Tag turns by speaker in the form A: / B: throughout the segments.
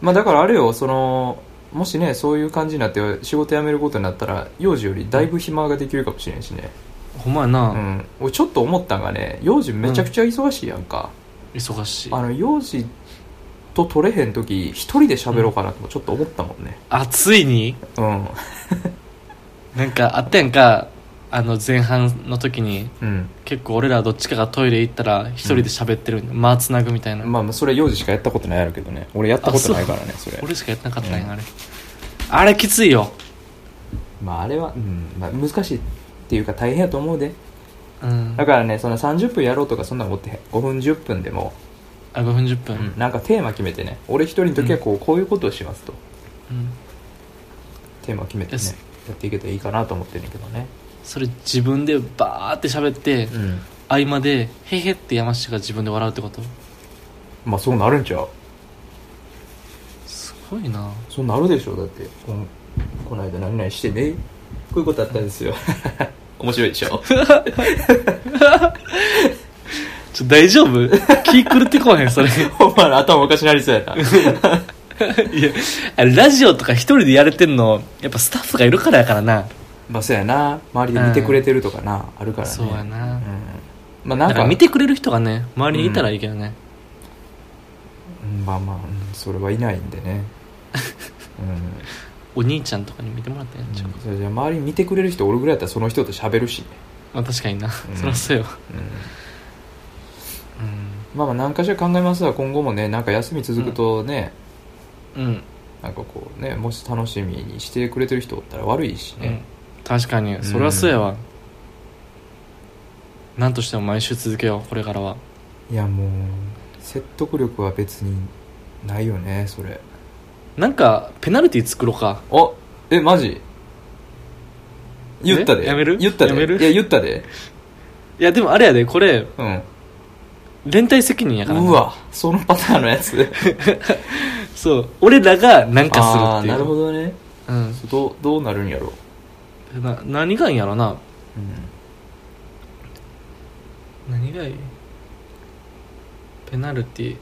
A: まあだからあれよそのもしねそういう感じになって仕事辞めることになったら幼児よりだいぶ暇ができるかもしれんしね
B: ほんまやな、
A: うん俺ちょっと思ったんがね幼児めちゃくちゃ忙しいやんか、
B: 忙しい
A: あの幼児と取れへん時一人で喋ろうかなともちょっと思ったもんね
B: あついに
A: うん
B: なんかあったやんかあの前半の時に
A: うん、
B: 結構俺らどっちかがトイレ行ったら一人で喋ってる、間つなぐみたいな、
A: まあまあそれ幼児しかやったことないやろうけどね俺やったことないからねそれ
B: 俺しかやってなかったんや、
A: うん
B: あれあれきついよ
A: まああれは、うんまあ、難しいっていうか大変やと思うで
B: うん
A: だからねその30分やろうとかそんなの持ってへん5分10分でも、
B: あ5分10分、
A: なんかテーマ決めてね俺一人の時はこう,、こういうことをしますと
B: うん
A: テーマ決めてね
B: です
A: やっていけたらいいかなと思ってるんだけどね
B: それ自分でバーって喋って、
A: うん
B: 合間で「へへ」って山下が自分で笑うってこと
A: まあそうなるんちゃう
B: すごいな
A: そうなるでしょだってこのこの間何々してねこういうことあったんですよ面白いでしょ
B: ちょ大丈夫気狂ってこう へんそれい
A: ほんまに 頭おかしなりそうやな
B: やあれラジオとか一人でやれてんのやっぱスタッフがいるからやからな
A: まあそうやな周りで見てくれてるとかな、あるからね
B: そう
A: う
B: やな、
A: ん
B: だ
A: まあなん
B: か
A: から
B: 見てくれる人がね周りにいたらいいけどね、
A: うんまあまあ、うんそれはいないんでねうん
B: お兄ちゃんとかに見てもらったらやっちゃうか、
A: それじゃあ周りに見てくれる人おるぐらいやったらその人と喋るしね、
B: まあ確かにな、
A: うん
B: そりゃそう
A: う
B: よ
A: ん、
B: う
A: まあまあ何かしら考えますが今後もねなんか休み続くとね、
B: ん、うん
A: なんかこうねもし楽しみにしてくれてる人おったら悪いしね、
B: 確かにそれはそうやわ、なんとしても毎週続けようこれからはい
A: やもう説得力は別にないよねそれ
B: なんかペナルティ作ろうか
A: あえマジ言ったで
B: えやめる
A: 言ったで
B: やめる
A: いや言ったで
B: いやでもあれやでこれ
A: うん
B: 連帯責任やからな
A: うわそのパターンのや つ
B: そう俺らが何か
A: あー
B: するっていう
A: なるほどね
B: う
A: どうどうなるんやろう、
B: ん、な何がいいんやろな
A: う
B: 何がいいペナルティ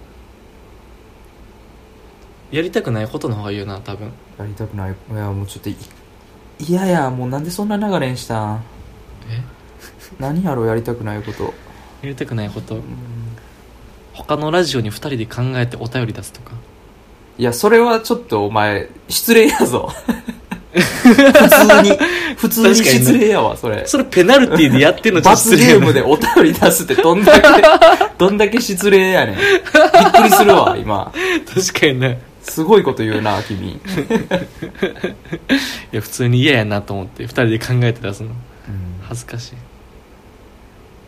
B: やりたくないことの方がいいよな多分
A: ん、やりたくないいやもうちょっといいやいやもうなんでそんな流れにしたん
B: え
A: 何やろうやりたくないこと
B: やりたくないこと
A: うん
B: 他のラジオに2人で考えてお便り出すとか
A: いやそれはちょっとお前失礼や ぞ普通に普通に
B: 確かにね
A: 失礼やわそれ
B: それペナルティでやってんの
A: 罰ゲームで
B: よ
A: お便り出すってどんだけ どんだけ失礼やねんびっくりするわ今
B: ね 確かにね
A: すごいこと言うな君、
B: いや普通に嫌やなと思って2人で考えて出すの
A: うん
B: 恥ずかしい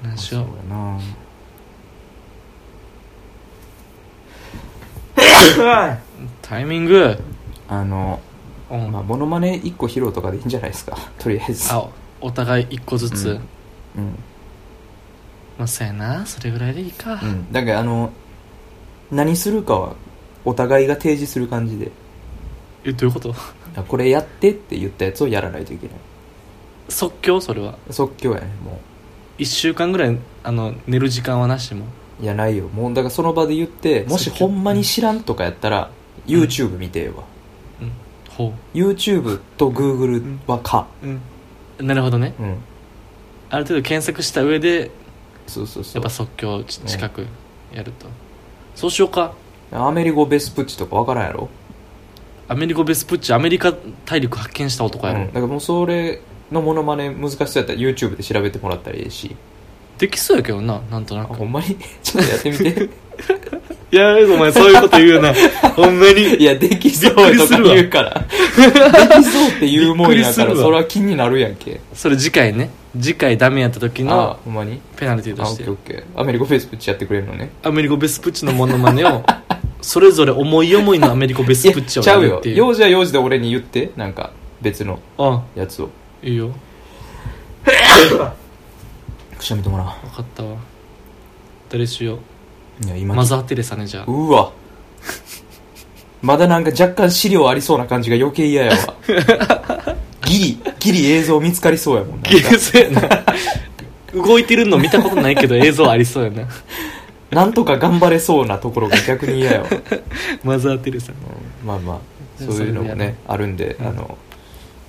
B: 何し
A: そう
B: よ
A: や
B: う
A: な
B: タイミング
A: あの
B: うん、
A: まあモノマネ1個披露とかでいいんじゃないですかとりあえず
B: あお互い1個ず
A: う
B: つ、
A: んうん
B: まあそうやなそれぐらいでいいか、
A: うん、だからあの何するかはお互いが提示する感じで
B: えどういうこと
A: あこれやってって言ったやつをやらないといけない
B: 即興それは
A: 即興やねも
B: 1週間ぐらいあの寝る時間はなしも
A: ういやないよもうだからその場で言ってもし
B: 即興
A: ほんまに知らんとかやったら、YouTube 見てえわ
B: ほ
A: YouTube と Google はか
B: う、なるほどね
A: うん、
B: ある程度検索した上で
A: そうそうそ
B: や
A: う
B: っぱ即興ち近くやると、そうしようか
A: アメリゴ・ベスプッチとかわからんやろ
B: アメリカベスプッチアメリカ大陸発見した男やろ、
A: うんだからもうそれのモノマネ難しそうやったら YouTube で調べてもらったらいいし
B: できそうやけどななんとな
A: あ
B: く
A: ほんまに ちょっとやってみて
B: いやお前そういうこと言 うなほんまに
A: いや、できそうとか言うから。できそうって言うもん
B: びっくり
A: や
B: す
A: か
B: る
A: ら、
B: わ
A: それは気になるやんけ。
B: それ次回ね次回ダメやった時
A: あ
B: の
A: ほんまに
B: ペナルティと
A: あ、オ
B: し
A: ッケ
B: て
A: ーオッケー。アメリカフェイスぶちやってくれるのね。
B: アメリカベスプッチのモノマネを それぞれ思い思いのアメリカベ
A: い
B: ス
A: や、
B: プッチを
A: ちゃうよ。
B: っていう
A: 用事は用事で俺に言って、なんか、別の
B: あ
A: やつを。
B: いいよ
A: くしゃみともら
B: 分かったわ誰しよ
A: う。いや、
B: う
A: 今。
B: マザー・テレサねじゃあ
A: うわ。まだなんか若干資料ありそうな感じが余計嫌やわ。ギリ、ギリ映像見つかりそうやもんな。
B: ゲーセンな動いてるの見たことないけど映像ありそうやな
A: なんとか頑張れそうなところが逆に嫌やわ、
B: マザー・テレサ
A: うんまあまあそういうのも
B: それでやろう
A: ねあるんで、
B: うん
A: あの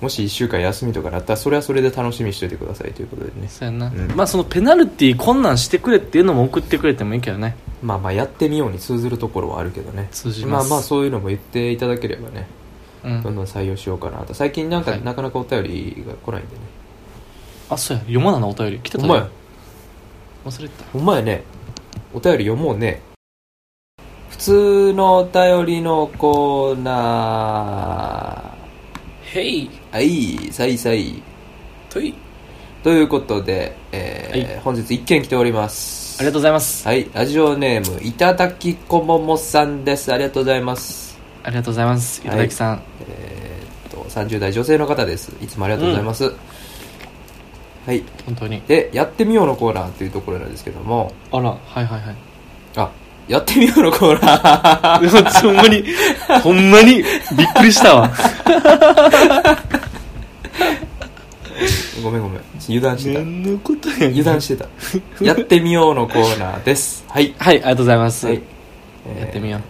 A: もし1週間休みとかなったらそれはそれで楽しみにしておいてくださいということでね
B: そうやな、
A: うん
B: まあそのペナルティーこんなんしてくれっていうのも送ってくれてもいいけどね
A: まあまあやってみように通ずるところはあるけどね
B: 通じ
A: ま
B: ま
A: あ
B: す
A: まあそういうのも言っていただければね
B: うん
A: どんどん採用しようかなと最近なんか、
B: はい
A: なかなかお便りが来ないんでね
B: あそうや読まなのお便り来てた
A: ほんまや
B: 忘れてた
A: ほんまやねお便り読もうね普通のお便りのコーナ
B: へい
A: ーはいさいさい
B: とい
A: ということで、えー
B: は
A: 本日一件来ております
B: ありがとうございます、
A: はいラジオネームいただきこももさんですありがとうございます
B: ありがとうございます
A: はい
B: 板崎さん、
A: えーっと30代女性の方ですいつもありがとうございます、はい
B: 本当に
A: で「やってみよう」のコーナーというところなんですけども
B: あらはいはいはい
A: あやってみようのコーナー
B: ほんまにほんまにびっくりしたわ
A: ごめんごめん油断してた
B: 何のことや
A: 油断 してたやってみようのコーナーですはい、
B: はいありがとうございます、
A: はいえー
B: やってみよう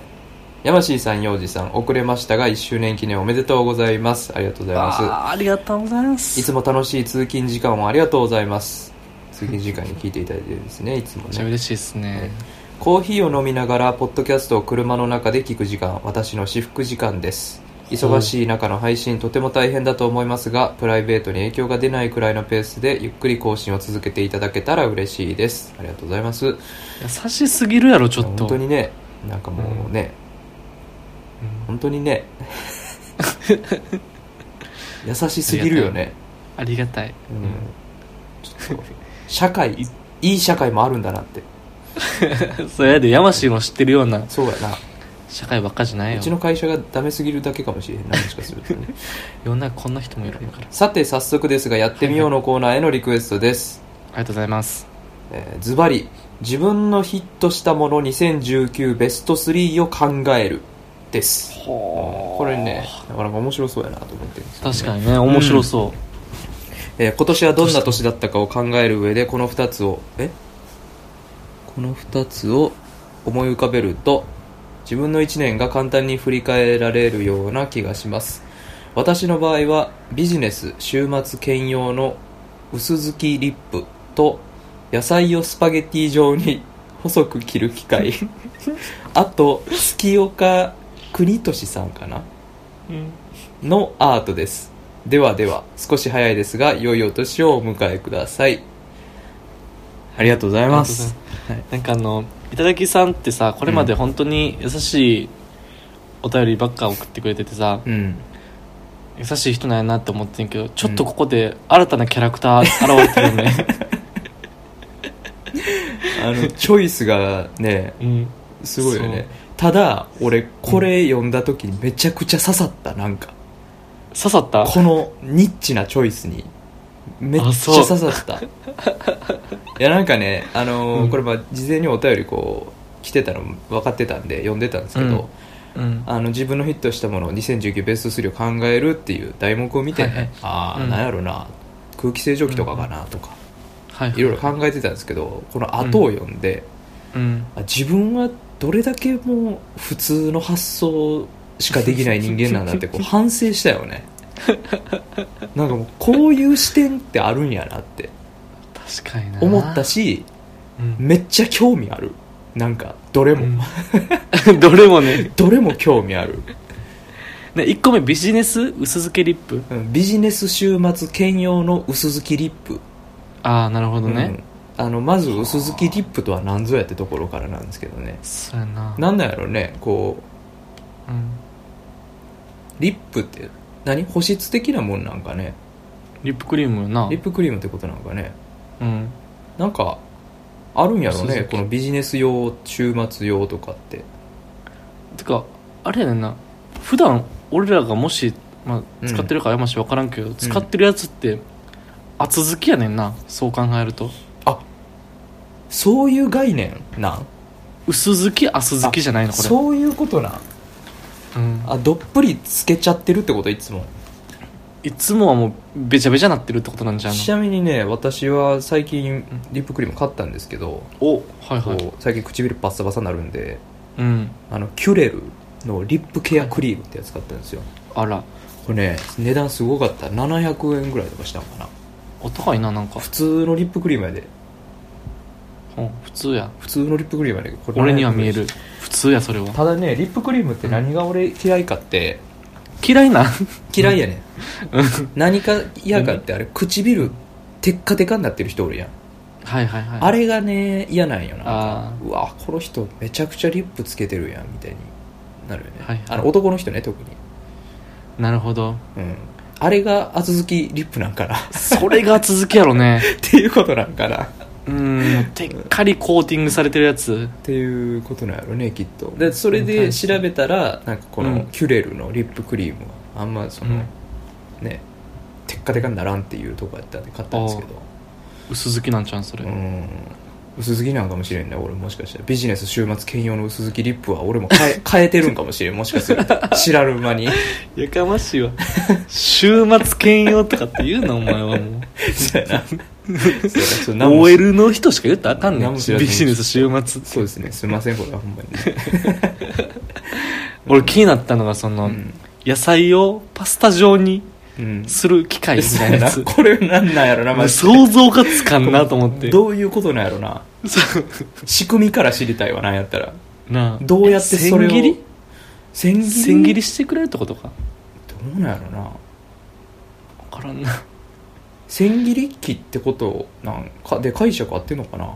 A: 山椎さん洋二さん遅れましたが1周年記念おめでとうございますありがとうございま
B: あーありがとうございますす
A: いつも楽しい通勤時間をありがとうございます通勤時間に聞いていただいてるんですねいつも
B: めっちゃ
A: ね
B: 嬉しいですね、
A: コーヒーを飲みながらポッドキャストを車の中で聞く時間私の私服時間です忙しい中の配信とても大変だと思いますがプライベートに影響が出ないくらいのペースでゆっくり更新を続けていただけたら嬉しいですありがとうございます
B: 優しすぎるやろちょっと
A: 本当にねなんかもうね、
B: うん
A: 本当に ね優しすぎるよね、
B: ありがたい、
A: うん、ちょっと社会いい社会もあるんだなって
B: そうやで山氏の知ってるような
A: そうや
B: 社会ばっかじゃないよ
A: なうちの会社がダメすぎるだけかもしれんないもしかするとね
B: 世の中こんな人もいるんだから
A: さて早速ですがやってみようのコーナーへのリクエストです
B: ありがとうございます
A: えーズバリ自分のヒットしたもの2019ベスト3を考えるです
B: ほ
A: これねなかなか面白そうやなと思ってるんですけどね
B: 確かにね面白そ
A: えー今年はどんな年だったかを考える上でこの2つをえこの2つを思い浮かべると自分の1年が簡単に振り返られるような気がします私の場合はビジネス週末兼用の薄付きリップと野菜をスパゲティ状に 細く切る機械あと月岡国俊さんかな
B: う、
A: のアートですではでは少し早いですが良いお年をお迎えくださいありがとうございます
B: なんかあの頂きさんってさこれまで本当に優しいお便りばっか送ってくれててさ、
A: うん
B: 優しい人なんやなって思ってんけどちょっとここで新たなキャラクター現れてるよ ね、
A: あのチョイスがね
B: うん、
A: すごいよ
B: そう
A: ねただ俺これ読んだ時にめちゃくちゃ刺さったなんか
B: 刺さった
A: このニッチなチョイスにめっちゃ
B: あそう
A: 刺さったいやなんかねあのー
B: うん
A: これまあ事前にお便りこう来てたの分かってたんで読んでたんですけど、
B: うんうん
A: あの自分のヒットしたものを2019ベスト3を考えるっていう題目を見て、ね
B: はいはい
A: ああ、
B: うん
A: なんやろな空気清浄機とかかなとか、
B: はい
A: いろいろ考えてたんですけどこの後を読んで、
B: うん
A: あ自分はどれだけもう普通の発想しかできない人間なんだってこう反省したよ ねなんかもうこういう視点ってあるんやなって
B: 確かにな
A: 思った、し
B: うん
A: めっちゃ興味あるなんかどれも、
B: うん どれもね
A: どれも興味ある
B: ね1個目ビジネス薄漬けリップ
A: うんビジネス週末兼用の薄付きリップ
B: ああなるほどね、
A: うんあのまず薄付きリップとは何ぞやってところからなんですけどね
B: そうやな
A: なんなんやろねこ
B: うん、
A: うリップって何保湿的なもんなんかね
B: リップクリームよな
A: リップクリームってことなんかね
B: うん
A: なんかあるんやろ
B: 薄
A: ね
B: 付き
A: このビジネス用週末用とかって
B: てかあれやねんな普段俺らがもし、ま
A: う
B: あ、
A: ん
B: 使ってるかやまし分からんけど、使ってるやつって厚付きやねんなそう考えると
A: そういう概念なん
B: 薄付き厚付きじゃないのこれ
A: そういうことなん
B: うん、
A: あどっぷりつけちゃってるってこといつも
B: いつもはもうべちゃべちゃなってるってことなんじゃん
A: ちなみにね私は最近リップクリーム買ったんですけど、
B: おはい
A: こ
B: はいう
A: 最近唇バッサバサになるんで
B: うん
A: あのキュレルのリップケアクリームってやつ買ったんですよ
B: あら
A: これね値段すごかった700円ぐらいとかしたのかな
B: お高いななんか
A: 普通のリップクリームやで
B: うん普通や
A: 普通のリップクリームやでこれ
B: 俺には見え
A: 700
B: る普通やそれは
A: 円ただねリップクリームって何が俺嫌いかって、
B: 嫌いな
A: 嫌いやねん何か嫌かってあれ唇テッカテカになってる人おるやん
B: はいはいはい
A: あれがね嫌なんよな
B: あ
A: うわこの人めちゃくちゃリップつけてるやんみたいになるよね、
B: はいはい
A: あの男の人ね特に
B: あなるほど
A: うんあれが後付きリップなんかなっ
B: それが続きやろね
A: ていうことなんかなっ
B: うんてっかりコーティングされてるやつ
A: ていうことなんやろねきっとでそれで調べたらなんかこ
B: う
A: の
B: ん
A: キュレルのリップクリームはあんまその、ねテッカテカにならんっていうとこやったんで買ったんですけど
B: 薄好きなんちゃうんそれ、
A: うん薄付きなんかもしれんね俺もしかしたらビジネス週末兼用の薄付きリップは俺も変え変えてるんかもしれんもしかする と知らぬ間に
B: やかましいわ週末兼用とかって言うなお前はもう
A: そうや なそうやなちょっと何も
B: OL の人しか言ったらあかんね
A: 何
B: ん
A: も
B: ビ
A: 知らずに
B: ジネス週末
A: そうですねすいませんこれはほんまに、
B: 俺気になったのがその、
A: うん
B: 野菜をパスタ状に
A: うん
B: する機械みた いなや
A: そうや
B: つ
A: なこれなんなんやろなマジで
B: 想像がつかんなと思って
A: どういうことなんやろな
B: そう
A: 仕組みから知りたいわなんやったら
B: なあ
A: どうやってそれを
B: 千切り
A: 千切り
B: 千切りしてくれるってことか
A: どうなんやろな
B: 分からんな
A: 千切り機ってことなんかで解釈合ってんのかな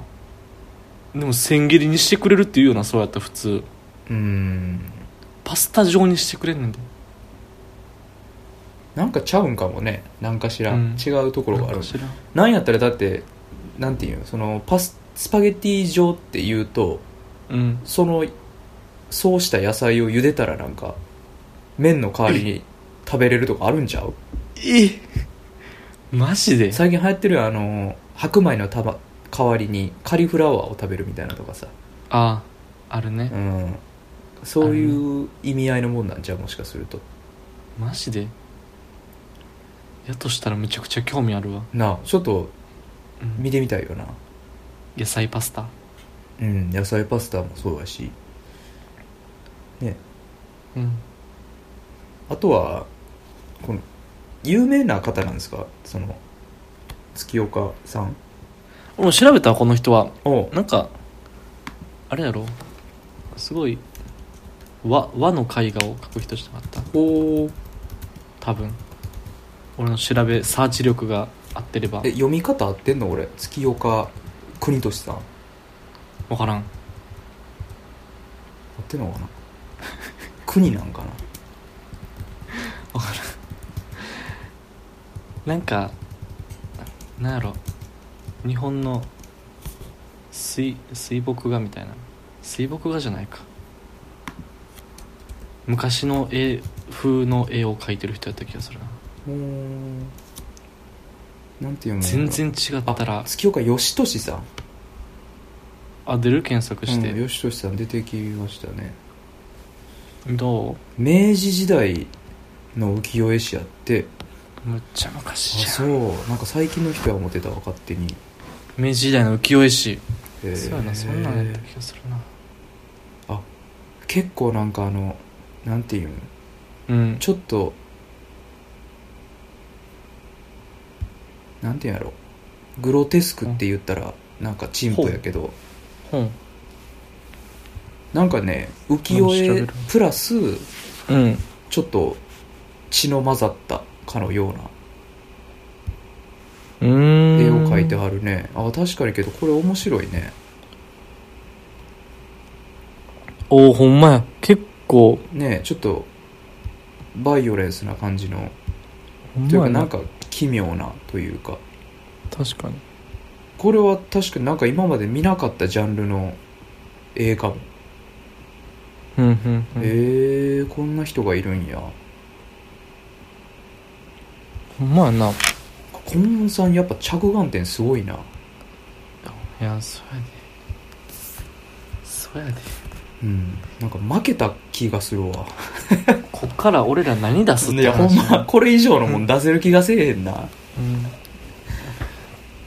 B: でも千切りにしてくれるっていうよなそうやったら普通
A: うん
B: パスタ状にしてくれんねんで
A: なんかちゃうんかもねなんかしら、
B: うん
A: 違うところがあ
B: なん
A: る
B: か知らん
A: なんやったらだってなんていうのそのパススパゲティ状っていうと
B: うん
A: そのそうした野菜を茹でたらなんか麺の代わりに食べれるとかあるんちゃう
B: えマジで
A: 最近流行ってるよあの白米のたば代わりにカリフラワーを食べるみたいなとかさ、
B: あああるね
A: うん、そういう意味合いのもんなんじゃうもしかすると
B: マジでやとしたらめちゃくちゃ興味あるわ、
A: なあちょっと
B: うん
A: 見てみたいよな
B: 野菜パスタ
A: うん野菜パスタもそうやしね
B: うん
A: あとはこの有名な方なんですかその月岡さん
B: 俺も調べたわこの人は
A: おう
B: なんかあれやろすごい和和の絵画を描く人じゃなかった
A: おー
B: 多分俺の調べサーチ力が合ってれば
A: え読み方合ってんの俺月岡国俊さん合
B: 分からん
A: ってんのかな国なんかな
B: なんかなんやろ日本の水水墨画みたいな水墨画じゃないか昔の絵風の絵を描いてる人やった気がするな
A: うーんなんていうの
B: 全然違ったら
A: 月岡義俊さん
B: あ出る検索して、
A: うん、義俊さん出てきましたね
B: ど
A: 明治時代の浮世絵師やって
B: うむっちゃ
A: あ
B: 昔じ
A: そ
B: ゃ
A: うんなんか最近の人は思ってたわ勝手に
B: 明治時代の浮世絵師
A: へー
B: そうやなそんなんやった気がするな
A: 結構なんかあのなんていうの
B: うん
A: ちょっとなんていうんやろグロテスクって言ったらなんか陳腐やけど
B: 本
A: なんかね浮世絵プラス
B: うん
A: ちょっと血の混ざったかのような
B: うん
A: 絵を描いてはるねあ確かにけどこれ面白いね
B: おおほんまや結構
A: ねちょっとバイオレンスな感じの
B: ほん
A: という
B: ま
A: か
B: やな
A: なんか奇妙なというか
B: 確かに
A: これは確かになんか今まで見なかったジャンルの絵かも、
B: うんうん、うん
A: えー、こんな人がいるんや
B: ほんまやな
A: コンンさんやっぱ着眼点すごいない
B: やそうやでそうやで
A: うんなんか負けた気がするわ
B: こっから俺ら何出すっ
A: い
B: て
A: やほ
B: 話
A: んまこれ以上のもん出せる気がせえへんな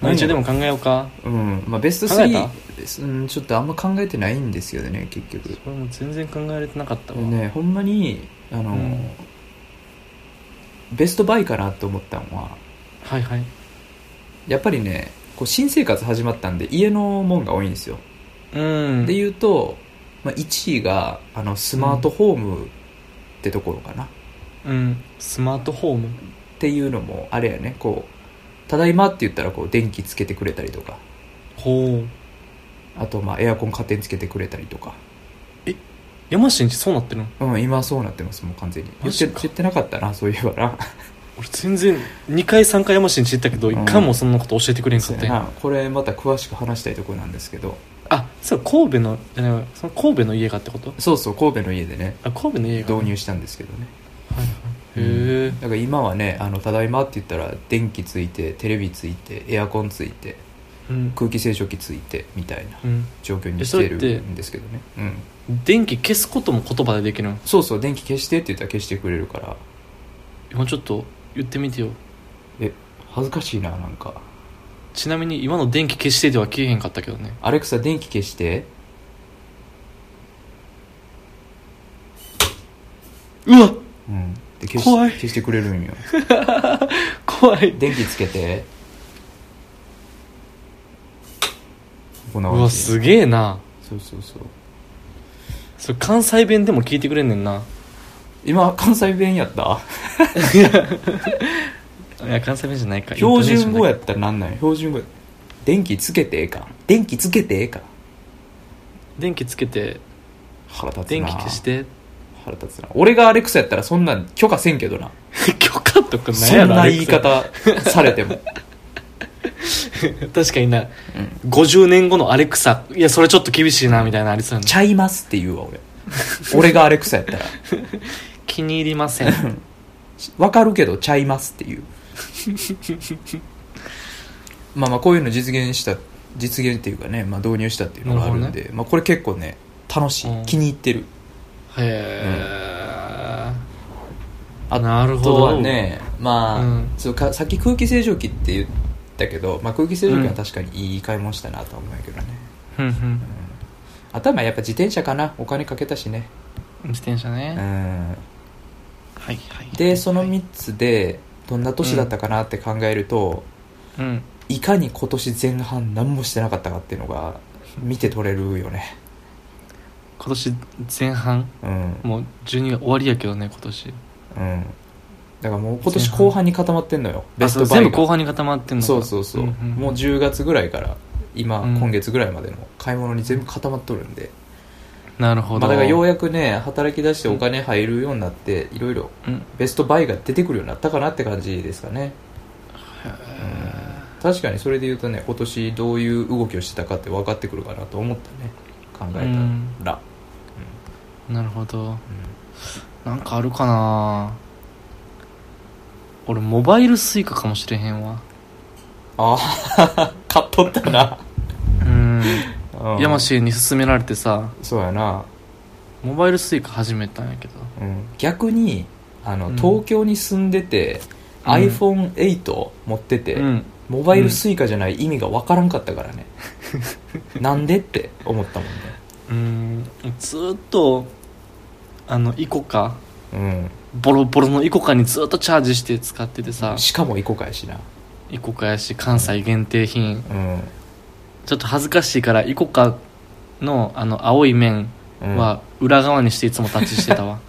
B: うん一応でも考えようか
A: うんまあベスト
B: 考えた
A: 3うんちょっとあんま考えてないんですよね結局
B: これもう全然考えられてなかったわ、
A: ねほんまにあの、
B: うん
A: ベストバイかなと思ったのは
B: はいはい
A: やっぱりねこう新生活始まったんで家のもんが多いんですよ、
B: うん
A: で言うと、まあ、1位があのスマートホームってところかな、っ
B: うんスマートホーム
A: ていうのもあれやねこうただいまって言ったらこう電気つけてくれたりとか
B: ほう
A: あとまあエアコン勝手につけてくれたりとか
B: 山下んちそうなってるの
A: うん今はそうなってますもう完全に言
B: マ
A: って
B: ジか
A: 言ってなかったなそういえばな
B: 俺全然2回3回山下んち行ったけど
A: うん
B: 1回もそんなこと教えてくれんか
A: そう
B: った
A: や
B: やん
A: なこれまた詳しく話したいところなんですけど
B: あそう神戸のじゃないわその神戸の家がってこと
A: そうそう神戸の家でね
B: あ神戸の家が
A: 導入したんですけどね
B: はいはいへ
A: だから今はね「あのただいま」って言ったら電気ついてテレビついてエアコンついて
B: えうん、
A: 空気清浄機ついてみたいな
B: うん、
A: 状況に
B: え
A: し
B: それ
A: て
B: って
A: るんですけどねうん
B: 電気消すことも言葉でできるの
A: そうそう電気消してって言ったら消してくれるから
B: 今ちょっと言ってみてよ
A: え恥ずかしいななんか
B: ちなみに今の電気消してでは消えへんかったけどね
A: 「アレクサ電気消して
B: うわ」
A: うんで消し
B: 怖い
A: 消してくれるんよ
B: 怖い
A: 電気つけてこん
B: う
A: な
B: わ
A: 感じ
B: すげえな
A: そうそうそう
B: それ関西弁でも聞いてくれんねんな
A: 今関西弁やった
B: いや関西弁じゃないか
A: 標準語や
B: イン
A: ったらなんなんや標準語や電気つけてええか電気つけてええか
B: トネーションだけ電気つけて
A: 腹立つな
B: 電気消して
A: 腹立つな俺がアレクサやったらそんなん許可せんけどな
B: 許可とかない
A: そ
B: や
A: ん
B: ろ
A: な
B: アレ
A: 言
B: ク
A: い
B: サ
A: 方されても
B: 確かにな、50年後のアレクサいやそれちょっと厳しいなみたいなのありそう や
A: ち
B: な
A: ゃいますって言うわ俺 俺がアレクサやったら
B: 気に入りませ ん
A: わかるけどちゃいますっていうまあまあこういうの実現した実現っていうかね、まあ、導入したっていうのがあるん
B: なる
A: でまあ、これ結構ね楽し
B: う
A: い
B: ん
A: 気に入ってる
B: へえ、
A: あ
B: なるほ
A: と
B: ど
A: はねまあ、
B: うん
A: そうかさっき空気清浄機って言ったけど、まあ、空気清浄機は確かにいい買い物したなとは思うんやけどね、
B: ふんふん
A: あとはまあやっぱ自転車かなお金かけたしね
B: 自転車
A: う
B: ね、
A: ん
B: はいはい
A: でその
B: はい
A: 3つでどんな年だったかなって考えると、
B: うん
A: いかに今年前半何もしてなかったかっていうのが見て取れるよね
B: 今年前半
A: うん
B: もう12月終わりやけどね今年
A: うんだからもう今年後半に固まってんのよベ
B: あ
A: ス
B: そう
A: トバイ
B: 全
A: が
B: 部後半に固まってんのか
A: そうそうそう、
B: んん
A: もう10月ぐらいから今、
B: うん
A: 今月ぐらいまでの買い物に全部固まっとるんで
B: なる
A: ま
B: ほど、
A: あだからようやくね働き出してお金入るようになっていろいろ
B: うん
A: ベストバイが出てくるようになったかなって感じですかね確かにそれで言うとね今年どういう動きをしてたかって分かってくるかなと思ったね考えたら、
B: なるほどなんかあるかな俺モバイルスイカかもしれへんわ
A: ああ買っとったな、
B: うん
A: うん、
B: 山氏に勧められてさ
A: そうやな、
B: モバイルスイカ始めたんやけど
A: うん、逆にあの、
B: うん
A: 東京に住んでて、
B: うん
A: iPhone8 持ってて、
B: うん
A: モバイルスイカじゃない意味が分からんかったからね、なんでって思ったもんね
B: うんずーっとあのイコカ
A: うん
B: ボロボロのイコカにずーっとチャージして使っててさ
A: しかもイコカやしな
B: イコカやし関西限定
A: う
B: 品
A: ん、
B: ちょっと恥ずかしいからイコカのあの青い面
A: うん、
B: は裏側にしていつもタッチして たわ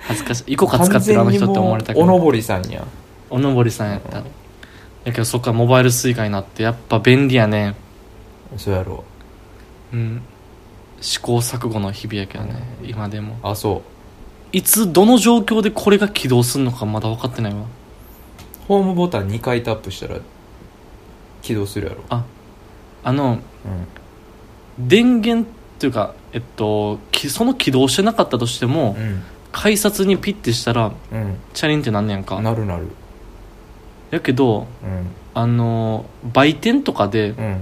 B: 恥ずかしいイコカ使ってるあの人って思われ
A: け
B: たけ
A: どおの
B: ど
A: ぼりさんや
B: おのぼりさんやったやけどそっからモバイルスイカになってやっぱ便利やね
A: そうやろ
B: うん試行錯誤の日々やけどね今でも
A: あそう
B: いつどの状況でこれが起動するのかまだ分かってないわ
A: ホームボタン2回タップしたら起動するやろ
B: あの電源っていうかえっときその起動してなかったとしても
A: うん
B: 改札にピッてしたら
A: うん、
B: チャリンってなんねやんか
A: なるなる
B: やけど
A: うん
B: あの売店とかで
A: うん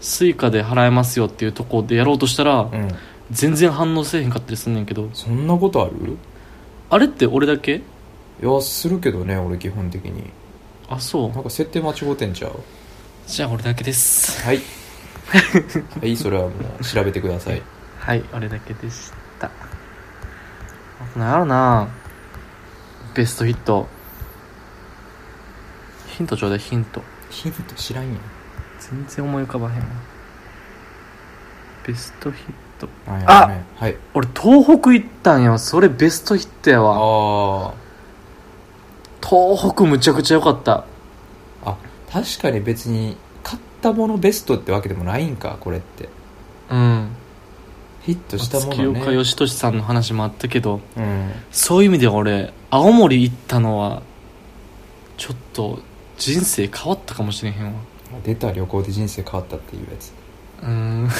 B: スイカで払えますよっていうとこでやろうとしたら
A: うん
B: 全然反応せえへんかったりすんねんけど
A: そんなことある
B: あれって俺だけ
A: いやするけどね俺基本的に
B: あそ
A: なんか設定間違うてんちゃう
B: うじゃあ俺だけです
A: はい はいそれはもう調べてください
B: はい俺だけでしたあと何やろなベストヒットヒントちょうだいヒント
A: ヒント知らんやん
B: 全然思い浮かばへんわベストヒット
A: あ
B: あ
A: はい
B: 俺東北行ったんよそれベストヒットやわ
A: あ
B: 東北むちゃくちゃ良かった
A: ああ確かに別に買ったものベストってわけでもないんかこれって
B: うん
A: ヒットしたも
B: 月
A: の
B: 岡
A: ね
B: 義俊さんの話もあったけど
A: うん
B: そういう意味では俺青森行ったのはちょっと人生変わったかもしれへんわ
A: 出た旅行で人生変わったっていうやつ
B: うーん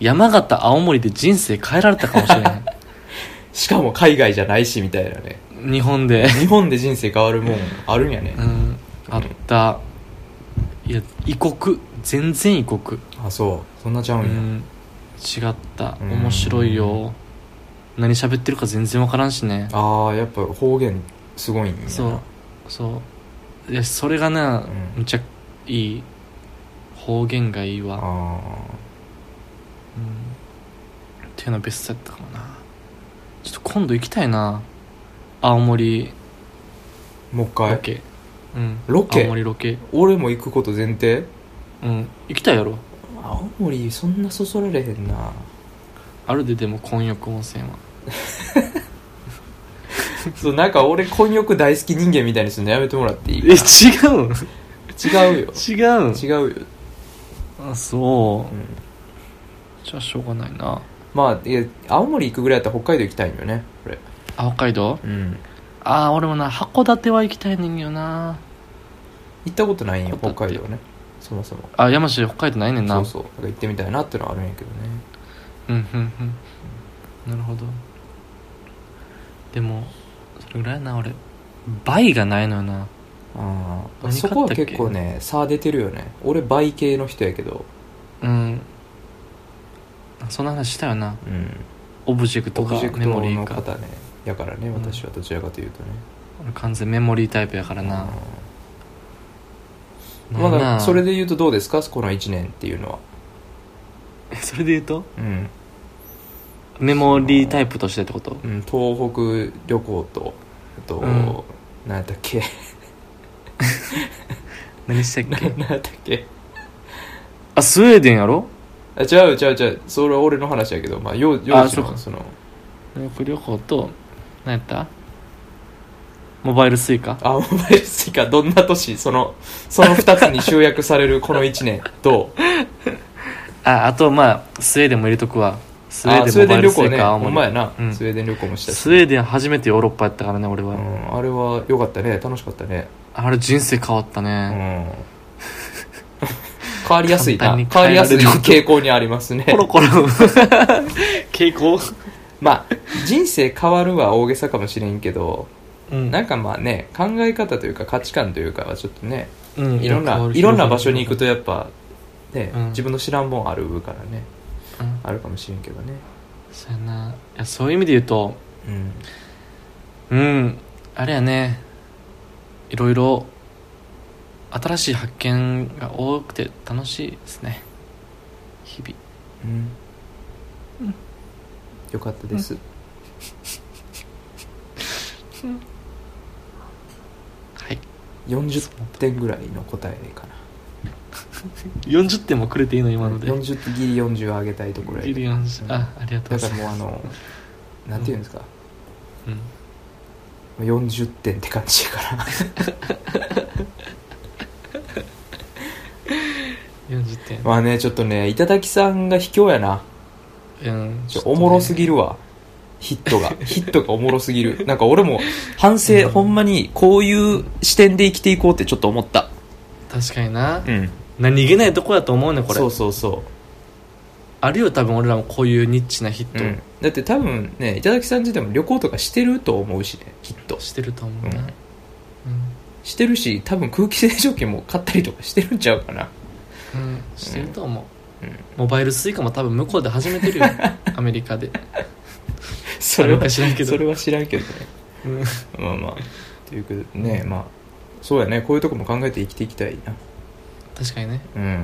B: 山形青森で人生変えられたかもしれへ
A: しかも海外じゃないしみたいなね
B: ん 日本で
A: 日本で人生変わるもんあるんやね
B: うんあったいや異国全然異国
A: あそうそんなちゃう
B: うん
A: や
B: ん違った
A: うん
B: 面白いよ何喋ってるか全然分からんしね
A: ああやっぱ方言すごいんやな
B: そうそういやそれがな、
A: うん
B: むちゃいい方言がいいわ
A: あ
B: うんっていうのはベストやったかもなちょっと今度行きたいな青森
A: あもう一
B: ロ
A: 回
B: ケ、うん
A: ロケ
B: 青森ロケ
A: 俺も行くこと前提
B: うん行きたいやろ
A: 青森そんなそそられへんな
B: あるででも混浴温泉は
A: そうなんか俺混浴大好き人間みたいにするのやめてもらっていい
B: え違うん
A: 違 うよ
B: 違うん
A: 違うよ、うん、
B: あそうじゃあしょうがないな
A: まあいや青森行くぐらいだったら北海道行きたいんよねこれ
B: あ北海道
A: うん
B: ああ俺もな函館は行きたいねんよな
A: 行ったことないんよ
B: 函
A: 北
B: 館
A: 海道ねそもそも
B: あ山梨北海道ないねんな
A: そうそうだから行ってみたいなってのはあるんやけどね
B: うんうんうんなるほどでもそれぐらいやな俺倍がないのよな
A: ああ
B: 何買ったっけ
A: そこは結構ね差出てるよね俺倍系の人やけど
B: うんあそんな話したよな
A: うん
B: オブジェクト
A: オ
B: か
A: ブジェク
B: メモ
A: ト
B: リー
A: の
B: か
A: 方ねやからね
B: ん
A: 私はどちらかというとね、
B: 俺完全メモリータイプやからな
A: う
B: なんん
A: ま
B: か
A: だ
B: な
A: それで言うとどうですかこの1年っていうのは
B: それで言うと
A: うん、
B: メモリータイプとしてってこと
A: うん、東北旅行とあと、
B: うん
A: 何やったっけ
B: 何したっけ
A: 何やったっけ
B: あスウェーデンやろ
A: あ違う違う違うそれは俺の話やけどまあ幼幼
B: あ
A: 児
B: そう
A: の
B: か
A: その
B: 旅行旅行と何やったモバイルスイカ
A: あモバイルスイカどんな年そのその2つに集約さ れるこの1年どう
B: ああとまあスウェーデンも入れとくわスウェー
A: あ
B: デン
A: スウェ
B: モ
A: ーデ
B: バイ
A: ン
B: ル
A: 旅
B: スイ
A: 行ね
B: カ青
A: ほんま
B: 森
A: やな、
B: うん
A: スウェーデン旅行もしたし、
B: スウェーデン初めてヨーロッパやったからね俺
A: う
B: は、
A: ん、あれは良かったね楽しかったね
B: あれ人生変わった
A: うん
B: ね、
A: 変わりやすいな
B: 簡単に
A: 変わりやすい
B: 変えられる こと
A: 傾向にありますね
B: コロ コロ傾向
A: まあ人生変わるは大げさかもしれんけど
B: うん
A: なんかまあね考え方というか価値観というかはちょっとね
B: うん
A: いろんないろんな場所に行くとやっぱね、
B: うん
A: 自分の知らんもんあるからね
B: うん
A: あるかもしれんけどね
B: そうやないやそういう意味で言うと
A: うん
B: うんあれやねいろいろ新しい発見が多くて楽しいですね日々
A: うんよかったです、
B: はい
A: 40点ぐらいの答えかな
B: 40点もくれていいの今ので
A: 40ギリ40上げたいところやけ
B: ギ
A: ど
B: リ40あありがと
A: だ
B: うござ
A: か
B: い
A: ら
B: ます、
A: もうあのなんていうんですか、
B: うん
A: 40点って感じやから
B: 40点、
A: まあねちょっとね頂さんが卑怯やな
B: うん
A: ちょおもろす
B: ぎ
A: ぎるわヒット がヒットがおもろすぎるなんか俺も反省、
B: うん
A: ほんまにこういう視点で生きていこうってちょっと思った
B: 確かにな、
A: うん
B: 何気ないとこやと思うねこれ
A: そうそうそ
B: あるよ多分俺らもこういうニッチなヒ
A: う、
B: ッ
A: う
B: ト、
A: ん、だって多分ね頂さん自体も旅行とかしてると思うしねきっと
B: してると思うな、
A: う
B: うんん
A: してるし多分空気清浄機も買ったりとかしてるんちゃうか な
B: うんしてると思う、
A: うん
B: モバイルスイカも多分向こうで始めてるよアメリカで
A: そ
B: あ
A: れ
B: る
A: は
B: か知らんけど
A: それは知らんけどね
B: うん
A: まあまあということでねまあそうやねこういうとこも考えて生きていきたいな
B: 確かにね
A: うん
B: うんっ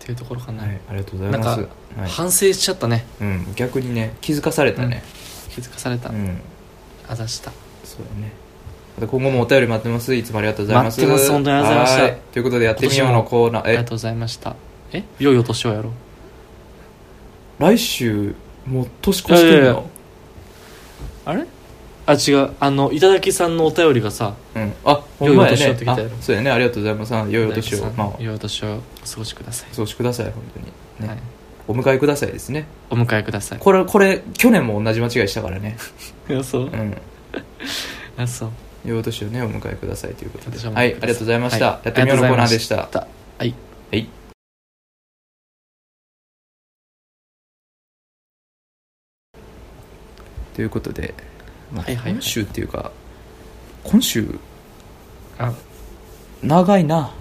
B: ていうところかな、
A: はいありがとうございます
B: なん
A: はい
B: 反省しちゃったね
A: うん、逆にね気づかされたね
B: 気づかされた、
A: うん、
B: あざした
A: そうだねまた今後もお便り待ってますいつもありがとうございます
B: 待ってます本当にありがとうございました
A: はということでやってみようのコーナ
B: ありが
A: ーえ
B: とうございましたえ良いお年をやろう
A: 来週もう年越して
B: いやい
A: る
B: やいや
A: の
B: あれあ違うあの頂きさんのお便りがさ
A: うんあほんまや
B: 良いお年を
A: ね
B: って来
A: あ
B: たやろ
A: そうやねありがとうございますあ良いお年
B: 頂
A: を
B: きさん
A: まあ
B: 良いお年をお過ごしください、
A: そうしてください本当にね、
B: はい、
A: お迎えくださいですね
B: お迎えください
A: これこれ去年も同じ間違いしたからね
B: いやそう
A: うん
B: あそう
A: 良いお年をねお迎えくださいということで
B: 私はお迎え
A: はいありが
B: ください
A: とうございました、
B: は
A: やってみようのコーナーでした
B: ありがとうございまはい
A: ということで、まあ
B: はいはいはい
A: 今週っていうか今週
B: あ
A: 長いな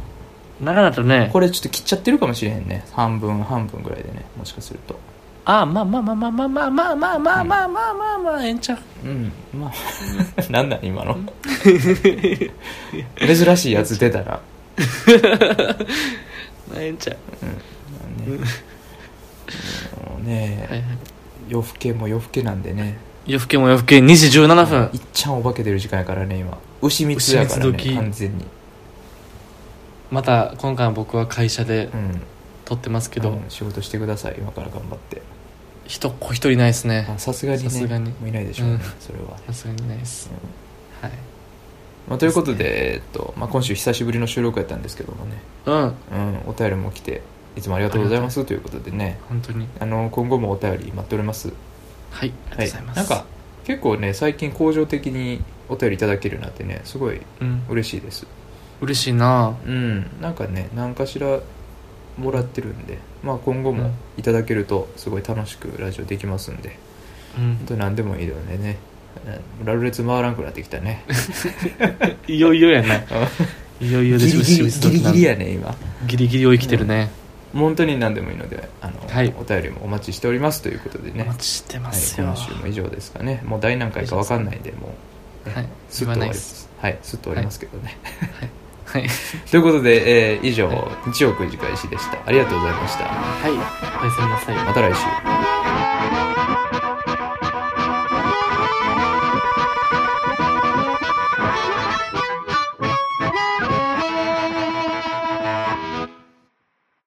B: 長々とね
A: これちょっと切っちゃってるかもしれへんね半分半分ぐらいでねもしかすると
B: あまあまあまあまあまあまあまあまあまあまあまあまあまあええんちゃう
A: うんまあ なんなん今 の珍しいやつ出たら、
B: ええんちゃ う
A: ね、もうね、
B: はいはい
A: 夜更けも夜更けなんでね
B: 夜更けも夜更け2時17分
A: いっちゃんお化け出る時間やからね今牛三つやから
B: 牛三つ
A: ね
B: 時
A: 完全に
B: また今回僕は会社で
A: うん
B: 撮ってますけ
A: う
B: ど
A: ん仕事してください今から頑張って
B: 人っ子一人いないですね
A: あさすがにね
B: さすがに
A: もういないでしょうね、
B: うん
A: それは、
B: さすがにいないです
A: うん
B: はい
A: まあ、ということでえっと、まあ、今週久しぶりの収録やったんですけどもね、
B: うん
A: うん、お便りも来ていつもありがとうございますということでね
B: 本当に
A: あの今後もお便り待っております
B: はいありがとうございます
A: なんか結構ね最近向上的にお便りいただけるようになってねすごい
B: うん
A: 嬉しいです
B: 嬉しいな
A: うんなんかね何かしらもらってるんで、まあ、今後もいただけるとすごい楽しくラジオできますんで
B: うん
A: 本当何でもいいのでねラルレツ回らんくなってきた ね
B: いよいよやないいよいよで
A: ギリギリ
B: しぶ
A: ギ
B: しぶ
A: リ
B: しぶ
A: ギリやね今
B: ギリギリを生きてるね
A: 本当に何でもいいのであの、
B: はい
A: お便りもお待ちしておりますということで
B: お
A: ね
B: 待ちしてま
A: はい、
B: すよ
A: 今週も以上ですかねもう第何回か分かんないんでもう、
B: はい
A: すっと終わりますはいすっと終わりますけどね、
B: はい
A: ということで、えー以上、
B: は
A: 日曜くじ開始でしたありがとうございました
B: はいおやすみなさい
A: また来週